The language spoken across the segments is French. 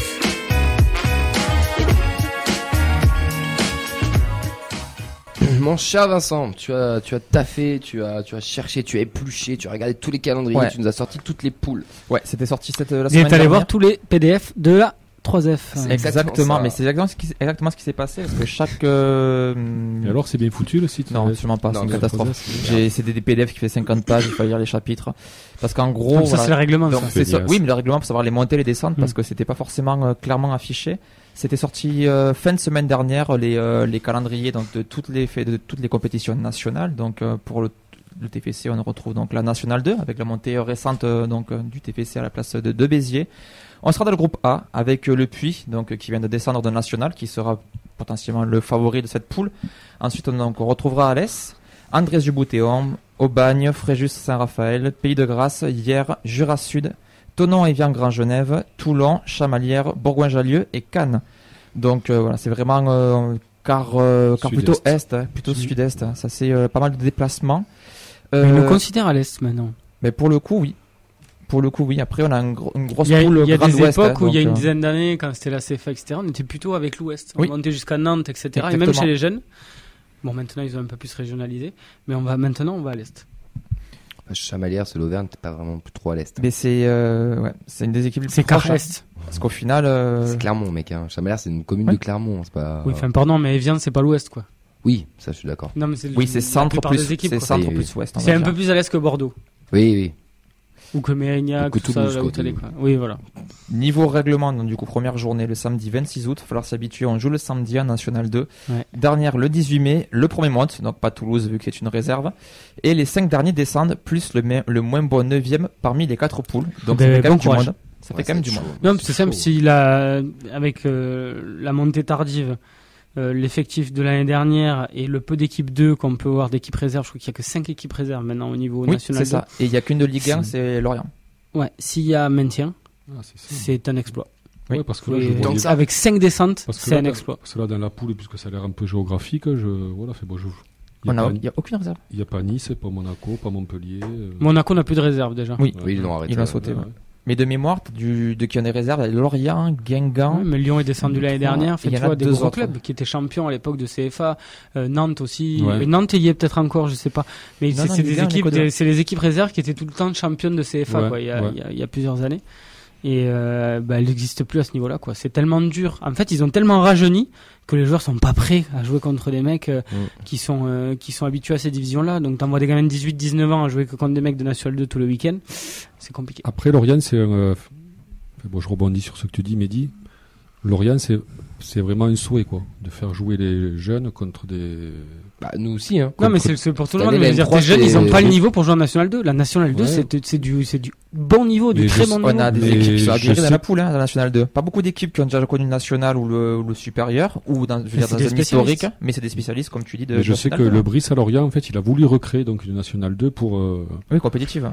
Mon cher Vincent, tu as, tu as taffé, tu as, tu as cherché, tu as épluché, tu as regardé tous les calendriers, Ouais. tu nous as sorti toutes les poules. Ouais, c'était sorti cette euh, la Il semaine est allé dernière. voir tous les PDF de la 3F. C'est Exactement, exactement ça. mais c'est exactement ce qui, exactement ce qui s'est passé parce que chaque. euh, Et alors, c'est bien foutu le site Non, absolument pas, Non, c'est une mais- catastrophe. J'ai- C'était des PDF qui fait 50 pages, il fallait lire les chapitres. Parce qu'en gros. Comme ça, voilà, c'est le règlement. Donc, ça. C'est c'est sur- bien, oui, ça. mais le règlement pour savoir les montées et les descentes, parce que c'était pas forcément euh, clairement affiché. C'était sorti euh, fin de semaine dernière les, euh, les calendriers donc, de toutes les fait- de toutes les compétitions nationales. Donc euh, pour le, le TFC, on retrouve donc la nationale 2 avec la montée récente euh, donc euh, du TFC à la place de, de Béziers. On sera dans le groupe A avec euh, le Puy donc euh, qui vient de descendre de national, qui sera potentiellement le favori de cette poule. Ensuite, on, donc, on retrouvera Alès, Andrés Duboutéon, Aubagne, Fréjus Saint-Raphaël, Pays de Grâce, Hier, Jura Sud, Tonon et Vian Grand Genève, Toulon, Chamalières, Bourgoin-Jallieu et Cannes. Donc euh, voilà, c'est vraiment euh, car, euh, car Sud-Est. plutôt est, hein, plutôt Sud. sud-est. hein. Ça c'est euh, pas mal de déplacements. Mais Il Euh, nous considère à l'Est maintenant. mais pour le coup, oui. Pour le coup, oui. Après, on a un gro- une grosse Il y a, poule il y a Grand des Ouest, époques hein, où il y a donc, une euh, dizaine d'années, quand c'était la CFA, etc., on était plutôt avec l'Ouest. Oui. On montait jusqu'à Nantes, etc. Et même Exactement. chez les jeunes. Bon, maintenant, ils ont un peu plus régionalisé. Mais on va, maintenant, on va à l'Est. Chamalière, Ah, c'est l'Auvergne, t'es pas vraiment plus trop à l'est. Mais c'est euh, ouais, c'est une des équipes les plus C'est proches. car hein. Est. Parce qu'au final, euh, C'est Clermont, mec. Hein. Chamalière, c'est une commune Ouais. de Clermont, c'est pas. Oui, enfin, pardon, mais Evian, c'est pas l'Ouest, quoi. Oui, ça, je suis d'accord. Non, mais c'est oui, la c'est centre plupart plus, des équipes, c'est quoi. centre Oui, oui. plus ouest. on va C'est un dire. peu plus à l'Est que Bordeaux. Oui, oui. Ou que Mérignac, Ou que tout ça, Toulouse, là où quoi, t'allais, Toulouse. quoi. Oui, voilà. Niveau règlement, donc, du coup, première journée le samedi 26 août, il va falloir s'habituer. On joue le samedi en National 2. Ouais. Dernière le 18 mai, le premier monte, donc pas Toulouse vu que c'est une réserve. Et les cinq derniers descendent, plus le, mai- le moins bon neuvième parmi les quatre poules. Donc Ben, ça fait quand bon même du courage. monde. Ça Ouais, fait quand même du chaud. monde. Non, c'est simple. chaud. Si la, avec euh, la montée tardive, euh, l'effectif de l'année dernière et le peu d'équipes 2 qu'on peut avoir d'équipes réserves, je crois qu'il n'y a que 5 équipes réserves maintenant au niveau Oui, national. c'est ça. Et il y a qu'une de Ligue 1, c'est Lorient. Ouais, s'il y a maintien, Ah, c'est ça. c'est un exploit. Oui. Ouais, parce que là, Et je voyais- Tant que ça. avec 5 descentes, parce que c'est là, un dans- exploit. Parce que là, dans la poule, puisque ça a l'air un peu géographique, je. Voilà, c'est bon, je. Il On n'y a, a- pas- Il n'y a aucune réserve. il y a pas Nice, pas Monaco, pas Montpellier. euh, Monaco n'a plus de réserve déjà. Oui. Oui, ils l'ont arrêté. Ils l'ont ouais. sauté. ouais. Mais de mémoire, du, de qui on est réserve, il y a Lorient, Guingamp. Ouais, mais Lyon est descendu l'année Trois. dernière. Et Enfin, il y tu en a vois, des deux gros autres. clubs qui étaient champions à l'époque de CFA, euh, Nantes aussi. Ouais. Et Nantes il y est peut-être encore, je sais pas. Mais Non, c'est non, c'est Ligue des un, équipes, Ligue deux. des- c'est les équipes réserves qui étaient tout le temps championnes de CFA Ouais, quoi. Il, y a, ouais. il y a- il y a plusieurs années. Et euh, bah, elle n'existe plus à ce niveau-là quoi. C'est tellement dur. En fait, ils ont tellement rajeuni que les joueurs sont pas prêts à jouer contre des mecs euh, Ouais. qui sont euh, qui sont habitués à ces divisions-là. Donc t'envoies des gamins de 18-19 ans à jouer que contre des mecs de National 2 tout le week-end, c'est compliqué. Après, Lorient, c'est. un, euh, f- Bon, je rebondis sur ce que tu dis, Mehdi. Lorient, c'est c'est vraiment un souhait, quoi, de faire jouer les jeunes contre des. Bah, nous aussi, hein. Non, mais Contre- c'est c'est pour tout le Cette monde. année, la mais je veux dire, N3, tes jeunes, ils c'est- n'ont pas le niveau pour jouer en National 2. La National 2, Ouais. c'est c'est du, c'est du bon niveau, du Mais très je- bon niveau. On a des Mais équipes qui sont je aguerries dans sais- la poule, hein, dans la National 2. Pas beaucoup d'équipes qui ont déjà connu le National ou le, ou le supérieur, ou dans, je veux dire, c'est dans des un historique, spécialistes. mais c'est des spécialistes, comme tu dis, de. Mais je de sais que National hein. 2. le Brice à Lorient, en fait, il a voulu recréer donc une nationale 2 pour euh, Oui, compétitive.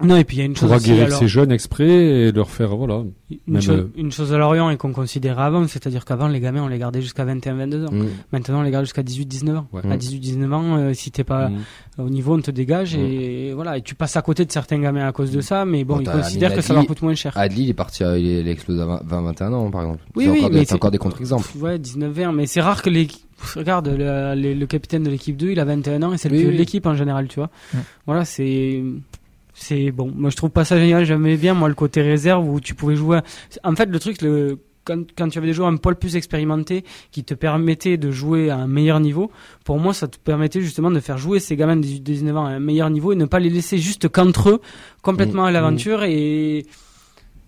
Non, et puis il y a une chose pour aussi, aguerrir alors, ces jeunes exprès et leur faire voilà. une, même, chose, euh, une chose à Lorient et qu'on considérait avant, c'est-à-dire qu'avant, les gamins, on les gardait jusqu'à 21-22 ans. Mm. Maintenant, on les garde jusqu'à 18-19 ans. Ouais. À 18-19 ans, euh, si t'es pas Mm. au niveau, on te dégage et voilà. Et tu passes à côté de certains gamins à Mm. cause de ça, mais bon, Bon, ils t'as considèrent que ça leur Aminadi. coûte moins cher. Adli, il est parti, à- il est explosé à 20-21 ans, par exemple. Oui, C'est oui, encore des- mais c'est encore des contre-exemples. Ouais, 19-20, mais c'est rare que les. Regarde, le, le- le capitaine de l'équipe 2, il a 21 ans et c'est le Oui, plus vieux oui. de l'équipe en général, tu vois. Mm. Voilà, c'est. C'est bon. Moi, je trouve pas ça génial. J'aimais bien, moi, le côté réserve où tu pouvais jouer. En fait, le truc, le. Quand, quand tu avais des joueurs un poil plus expérimentés qui te permettaient de jouer à un meilleur niveau, pour moi, ça te permettait justement de faire jouer ces gamins de 18, 19 ans à un meilleur niveau et ne pas les laisser juste qu'entre eux, complètement Mm. à l'aventure. Et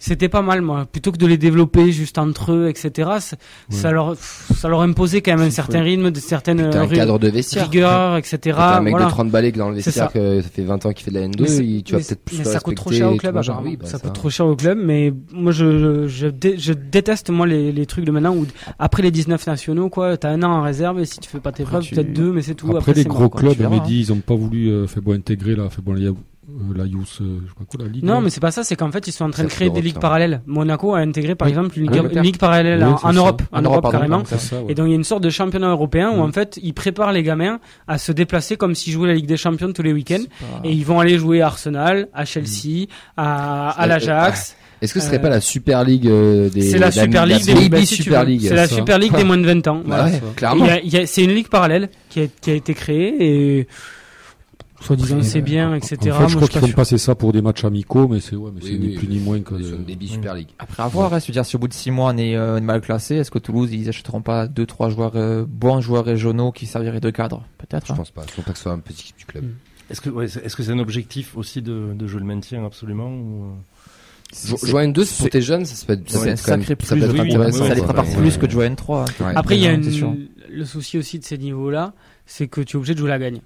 c'était pas mal, moi. Plutôt que de les développer juste entre eux, etc., c'est- ça, Ouais. leur, pff, ça leur imposait quand même un certain rythme, de certaines euh, T'as un ri- cadre de vestiaire. rigueurs, etc. T'as un mec voilà. de 30 balais que dans le C'est ça. vestiaire, que ça fait 20 ans qu'il fait de la N2, Mais c'est- il- tu vas mais- peut-être plus mais le ça coûte trop respecter, cher au tout club, le genre. apparemment. Oui, bah, ça coûte trop cher au club, mais moi je, je, dé- je déteste moi les, les trucs de maintenant où après les 19 nationaux, quoi, t'as un an en réserve et si tu fais pas tes Ah, Après, preuves, tu- peut-être deux, mais c'est tout. Après, c'est les gros mort, quoi. clubs, tu verras, Mehdi, hein. ils ont pas voulu euh, fait bon intégrer la fait bon la, euh, la Youth, euh, je sais pas quoi, la ligue. Non, là. mais c'est pas ça, c'est qu'en fait ils sont en train de Ça, créer c'est des l'Europe, ligues ça. Ah, parallèles. Monaco a intégré par exemple En une, ligue- une Angleterre. ligue parallèle Oui, en, c'est en ça. Europe, en, Europe, pardon, carrément. pardon, C'est ça, ouais. Et donc il y a une sorte de championnat européen où Mhm. en fait ils préparent les gamins à se déplacer comme s'ils jouaient la Ligue des Champions tous les week-ends. C'est pas- Mm. Et ils vont aller jouer à Arsenal, à Chelsea, à, à Euh, ah, l'Ajax, Est-ce que ce serait Euh, pas la Super League euh, des C'est la Super League des des bah, Baby si tu Super veux, League C'est la ça. Super League des moins de 20 ans. Bah voilà. ouais, Il clairement. y a- il y a- c'est une ligue parallèle qui a, qui a été créée et soi-disant Après, c'est euh, bien, en- etc. En fait, Moi, je je crois qu'ils suis font passer ça pour des matchs amicaux, mais c'est ouais, mais Oui, c'est oui, ni plus ni moins que. Sur de- le Baby Super League. Après, à voir, hein, se dire, si au bout de 6 mois on est euh, mal classé, est-ce que Toulouse, ils achèteront pas 2-3 joueurs, euh, bons joueurs régionaux qui serviraient de cadre Peut-être. hein. Je pense pas. Je pense pas que ce soit un petit équipe du club. Est-ce que ouais, c'est- est-ce que c'est un objectif aussi de, de jouer le maintien absolument ou... euh C'est- Jo- Joindre 2 pour c'est- tes jeunes, ça, se peut être- ça c'est peut un être quand même- sacré ça peut plus, être oui, oui, intéressant. ça les ouais, prépare ouais, plus ouais. que de jouer N3. hein. Ouais. Après, il y a Non, une- c'est sûr. le souci aussi de ces niveaux-là, c'est que tu es obligé de jouer la gagne.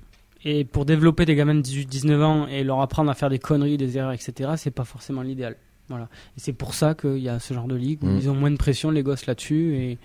Et pour développer des gamins de 18-19 ans et leur apprendre à faire des conneries, des erreurs, etc., c'est pas forcément l'idéal. Voilà. Et c'est pour ça qu'il y a ce genre de ligue où Mm. ils ont moins de pression, les gosses là-dessus, et,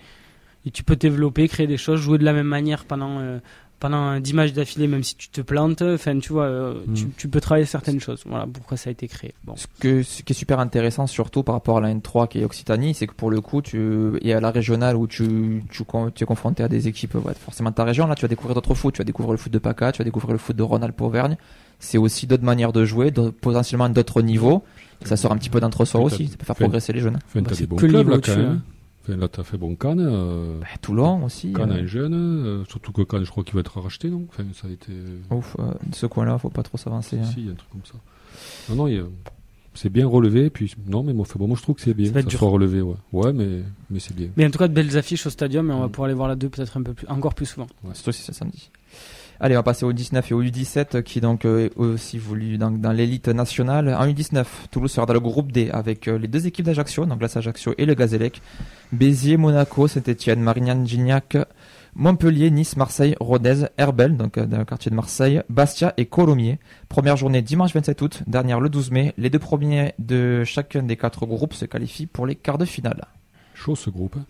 et tu peux développer, créer des choses, jouer de la même manière pendant, euh, pendant 10 matchs d'affilée, même si tu te plantes. Enfin, tu vois, euh, Mm. tu, tu peux travailler certaines choses. Voilà pourquoi ça a été créé. Bon. Ce, que, ce qui est super intéressant, surtout par rapport à la N3 qui est Occitanie, c'est que pour le coup, tu, et à la régionale où tu, tu, con- tu es confronté à des équipes ouais, forcément de ta région, là tu vas découvrir d'autres foot. Tu vas découvrir le foot de PACA, tu vas découvrir le foot de Rhône-Alpes-Auvergne. C'est aussi d'autres manières de jouer, d'autres- potentiellement d'autres niveaux. Ça sort un petit peu d'entre-soi aussi, ça peut faire Fait- progresser les jeunes. Enfin, Bah, t'as c'est des bons que le clubs là niveau quand dessus, même. hein. Enfin, là, t'as fait bon Cannes. euh, Bah, Toulon aussi. Cannes euh, en jeune, euh, surtout que Cannes, je crois qu'il va être racheté, non Enfin, ça a été. Ouf, euh, de ce coin-là, faut pas trop s'avancer. hein. Si, il y a un truc comme ça. Non, non, il y a- c'est bien relevé. Puis non, mais moi, fait, bon, moi je trouve que c'est bien. Ça Ça, va être dur. soit relevé, ouais. Ouais, mais mais c'est bien. Mais en tout cas, de belles affiches au stadium, et on va pouvoir aller voir la deux peut-être un peu plus, encore plus souvent. Surtout si c'est samedi. Allez, on va passer au 19 et au U17 euh, qui donc euh, est aussi voulu dans, dans l'élite nationale. En U19, Toulouse sera dans le groupe D avec euh, les deux équipes d'Ajaccio, donc l'AS Ajaccio et le Gazélec. Béziers, Monaco, Saint-Etienne, Marignane, Gignac, Montpellier, Nice, Marseille, Rodez, Herbel, donc euh, dans le quartier de Marseille, Bastia et Colomiers. Première journée dimanche 27 août, dernière le 12 mai. Les deux premiers de chacun des quatre groupes se qualifient pour les quarts de finale. Chaud ce groupe. hein.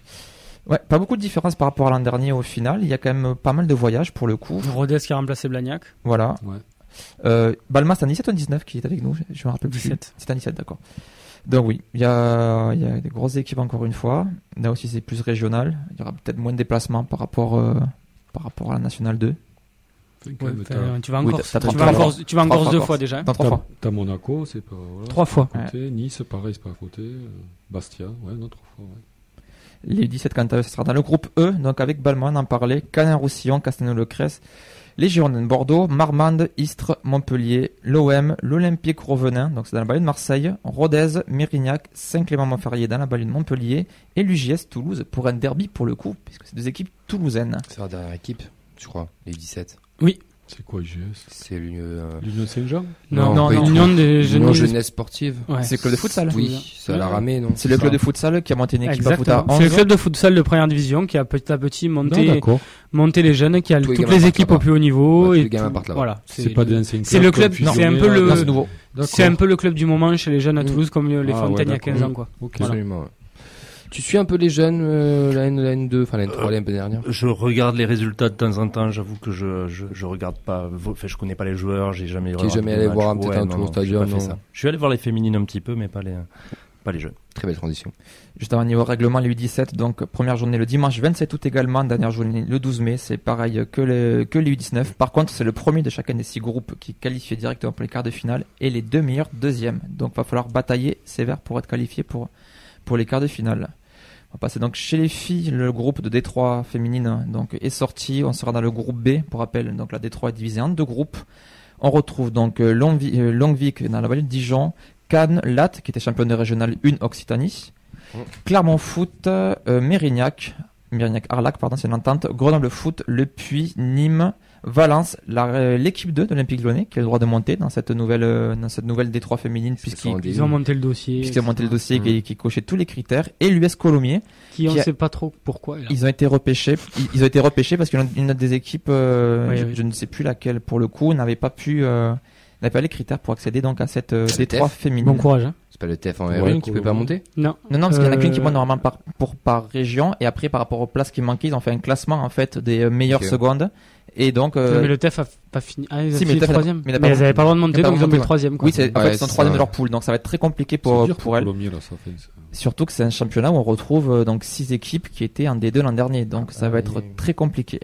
Ouais, pas beaucoup de différence par rapport à l'an dernier au final. Il y a quand même pas mal de voyages pour le coup. Rodez qui a remplacé Blagnac. Voilà. Ouais. Euh, Balma, c'est un 17 ou un 19 qui est avec nous Je me rappelle plus. 17. C'est un 17, d'accord. Donc oui, il y a, il y a des grosses équipes encore une fois. Là aussi, c'est plus régional. Il y aura peut-être moins de déplacements par rapport, euh, par rapport à la Nationale 2. Enfin, quand Ouais, même, enfin, t'as- tu vas en oui, Corse. t'as- t'as Tu trois vas en fois. Corse, tu vas en Trois Corse fois deux Corse. fois déjà. hein Dans trois t'as- fois. T'as Monaco, c'est pas. voilà, Trois fois. c'est à côté. Nice, pareil, c'est pas à côté. Euh, Bastia, ouais, non, trois fois. ouais. Les 17 quant à eux, ce sera dans le groupe E, donc avec Balma, on en parlait, Canin-Roussillon, Castelnau-le-Cresse, les Girondins de Bordeaux, Marmande, Istres, Montpellier, l'OM, l'Olympique Revenin, donc c'est dans la banlieue de Marseille, Rodez, Mérignac, Saint-Clément-Montferrier dans la banlieue de Montpellier, et l'UJS Toulouse pour un derby pour le coup, puisque c'est deux équipes toulousaines. C'est la dernière équipe, je crois, les 17. C'est quoi IGS C'est l'Union euh, L'Union Saint-Jean Non, Non, non, pas non. du tout. Union des jeunes. Jeunesse Sportive. Ouais. C'est le club de futsal Oui, ça l'a ramé, non C'est le club de futsal qui a monté une équipe à foot à Exactement. 11. C'est le club de futsal de première division qui a petit à petit Non, monté, d'accord. monté les jeunes, qui a Tous les toutes gamins les partent équipes au là-bas. plus haut niveau. Ouais, tous et les gamins tout. partent là-bas. voilà. C'est pas des anciens c'est le club, comme c'est un peu le- fusionnés, là, Non, là, c'est nouveau. d'accord. C'est un peu le club du moment chez les jeunes à Mm. Toulouse, comme euh, les Ah, Fontaines ouais, il y a 15 ans, d'accord. quoi. Ok. Absolument. ouais. Tu suis un peu les jeunes, euh, la, N, la N2, enfin la N3, la N2 dernière Je regarde les résultats de temps en temps. J'avoue que je, je je regarde pas. vo- Enfin, je connais pas les joueurs. J'ai jamais. regardé jamais les allé matchs. voir un- peut-être un non, tour non, au stadium, j'ai pas fait non. ça. Je suis allé voir les féminines un petit peu, mais pas les pas les jeunes. Très belle transition. Juste avant niveau règlement, les U17, donc première journée le dimanche 27 août également, dernière journée le 12 mai, c'est pareil que, le- que les U19. Par contre, c'est le premier de chacun des six groupes qui est qualifié directement pour les quarts de finale et les deux meilleurs deuxièmes. Donc va falloir batailler sévère pour être qualifié pour, pour les quarts de finale. On va passer donc chez les filles, le groupe de Détroit féminine donc, est sorti, on sera dans le groupe B, pour rappel, donc la Détroit est divisée en deux groupes. On retrouve donc euh, Longvi- euh, Longvic dans la vallée de Dijon, Cannes, Latte qui était championne de régionale 1 Occitanie. Clermont Foot, euh, Mérignac, Mérignac Arlac, pardon, c'est une entente, Grenoble Foot, Le Puy, Nîmes, Valence, la- euh, l'équipe 2 de l'Olympique Lyonnais qui a le droit de monter dans cette nouvelle, euh, dans cette nouvelle Détroit féminine puisqu'ils Ils Ils ont monté le dossier. puisqu'ils ont monté le etc. dossier Mm. qui, qui cochait tous les critères et l'US Colomiers Qui, on qui a- sait pas trop pourquoi. est là. ils ont été repêchés ils, ils ont été repêchés parce qu'une une des équipes euh, Oui, je, oui. je ne sais plus laquelle pour le coup n'avait pas pu euh, n'avait pas les critères pour accéder donc à cette euh, C'est Détroit TF. féminine Bon courage, hein. C'est pas le TF en Ouais, R1 qui cool. peut pas monter Non. Non, non, parce qu'il y en a qu'une qui Euh, monte normalement par, pour, par région, et après, par rapport aux places qui manquaient, ils ont fait un classement, en fait, des euh, meilleures Ok. secondes. Et donc, euh, Mais le TEF a pas fini. Ah, ils ont Si, mais fini le TEF a- troisième. mais il Mais a ils pas monté. n'avaient pas le droit de Il monter, a pas donc ils ont monté, pris le ouais. troisième, quoi. oui, c'est, en Ouais, fait, ils sont c'est troisième ça, de leur poule, donc ça va être très compliqué pour, C'est dur pour elles. Colomiers, là, ça fait ça. Surtout que c'est un championnat où on retrouve euh, donc six équipes qui étaient en D2 l'an dernier, donc ça Ah va oui, être oui. très compliqué.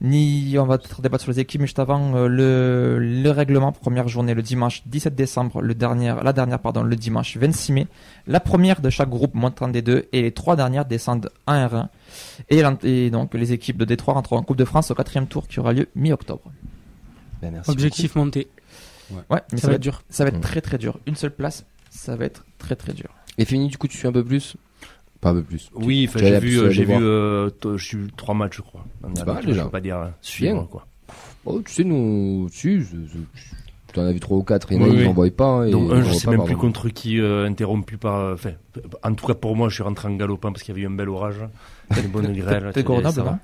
ni on va peut-être débattre sur les équipes, mais juste avant euh, le, le règlement première journée le dimanche 17 décembre, le dernière, la dernière pardon le dimanche 26 mai. La première de chaque groupe monte en D2 et les trois dernières descendent 1 R1. Et, l'en- et donc les équipes de Détroit rentrent en Coupe de France au quatrième tour qui aura lieu mi-octobre. Ben, merci Objectif monté. Ouais, mais Ça va être dur. ça va être Mm. très très dur. Une seule place, ça va être très très dur. beaucoup. Et fini, du coup, tu suis un peu plus Pas un peu plus. Oui, enfin, tu as j'ai la- vu, tu as euh, j'ai les vu, voir. euh, t- je suis trois matchs, je crois. C'est pas mal, Je déjà. peux pas dire euh, suivre, quoi. Oh, tu sais, nous. Si, je- je- t'en as vu 3 ou 4, il y en a, Oui, ils oui. n'en voient pas. hein, et Donc, ils un, je en voient sais pas, même pardon. plus contre qui euh, interrompu par. euh, Enfin, en tout cas pour moi, je suis rentré en galopant parce qu'il y avait eu un bel orage. Une bonne grêle. Peut-être tu sais, Grenoble, ça va. non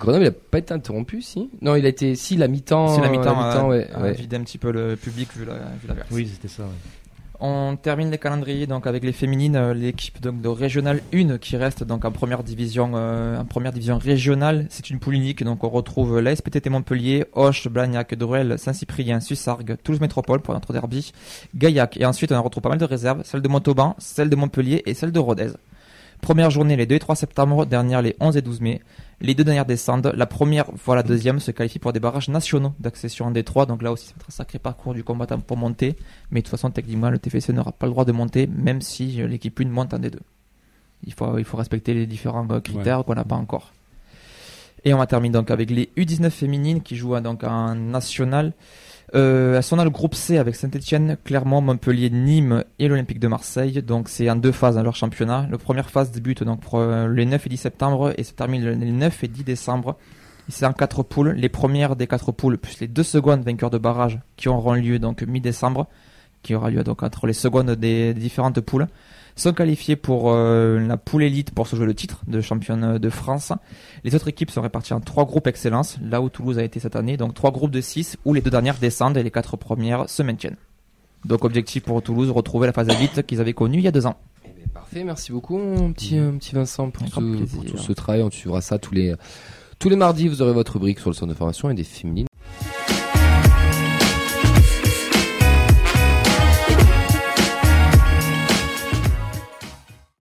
Grenoble, il a pas été interrompu, si Non, il a été. Si, la mi-temps. Si Oh, la euh, mi-temps a- ouais, a ouais. vidé un petit peu le public vu la, vu la verse. Oui, c'était ça. ouais. On termine les calendriers donc avec les féminines, euh, l'équipe donc de régionale 1 qui reste donc en première division, euh, en première division régionale. C'est une poule unique donc on retrouve la SPTT Montpellier, Hoche, Blagnac, Druel, Saint-Cyprien, Sussargues, Toulouse Métropole pour notre derby, Gaillac et ensuite on retrouve pas mal de réserves, celle de Montauban, celle de Montpellier et celle de Rodez. Première journée les 2 et 3 septembre, dernière les 11 et 12 mai. Les deux dernières descendent. La première, voire la deuxième, se qualifie pour des barrages nationaux d'accession en D3. Donc là aussi, c'est un sacré parcours du combattant pour monter. Mais de toute façon, techniquement, le TFC n'aura pas le droit de monter, même si euh, l'équipe 1 monte en D2. Il faut, il faut respecter les différents euh, critères qu'on n'a pas encore. Et on va terminer donc avec les U19 féminines qui jouent euh, donc en national. Euh, elles sont dans le groupe C avec Saint-Etienne, Clermont, Montpellier, Nîmes et l'Olympique de Marseille. Donc c'est en deux phases dans leur championnat. La première phase débute donc pour, euh, le 9 et 10 septembre et se termine le 9 et 10 décembre. C'est en quatre poules. Les premières des quatre poules plus les deux secondes vainqueurs de barrage qui auront lieu donc mi-décembre, qui aura lieu donc entre les secondes des différentes poules, sont qualifiées pour euh, la poule élite pour se jouer le titre de championne de France. Les autres équipes sont réparties en trois groupes excellence, là où Toulouse a été cette année, donc trois groupes de six où les deux dernières descendent et les quatre premières se maintiennent. Donc objectif pour Toulouse, retrouver la phase élite qu'ils avaient connue il y a deux ans. Eh ben, parfait, merci beaucoup, mon petit, euh, petit Vincent, pour, Avec ce, grand pour plaisir. tout ce travail. On suivra ça tous les, tous les mardis. Vous aurez votre rubrique sur le centre de formation et des féminines.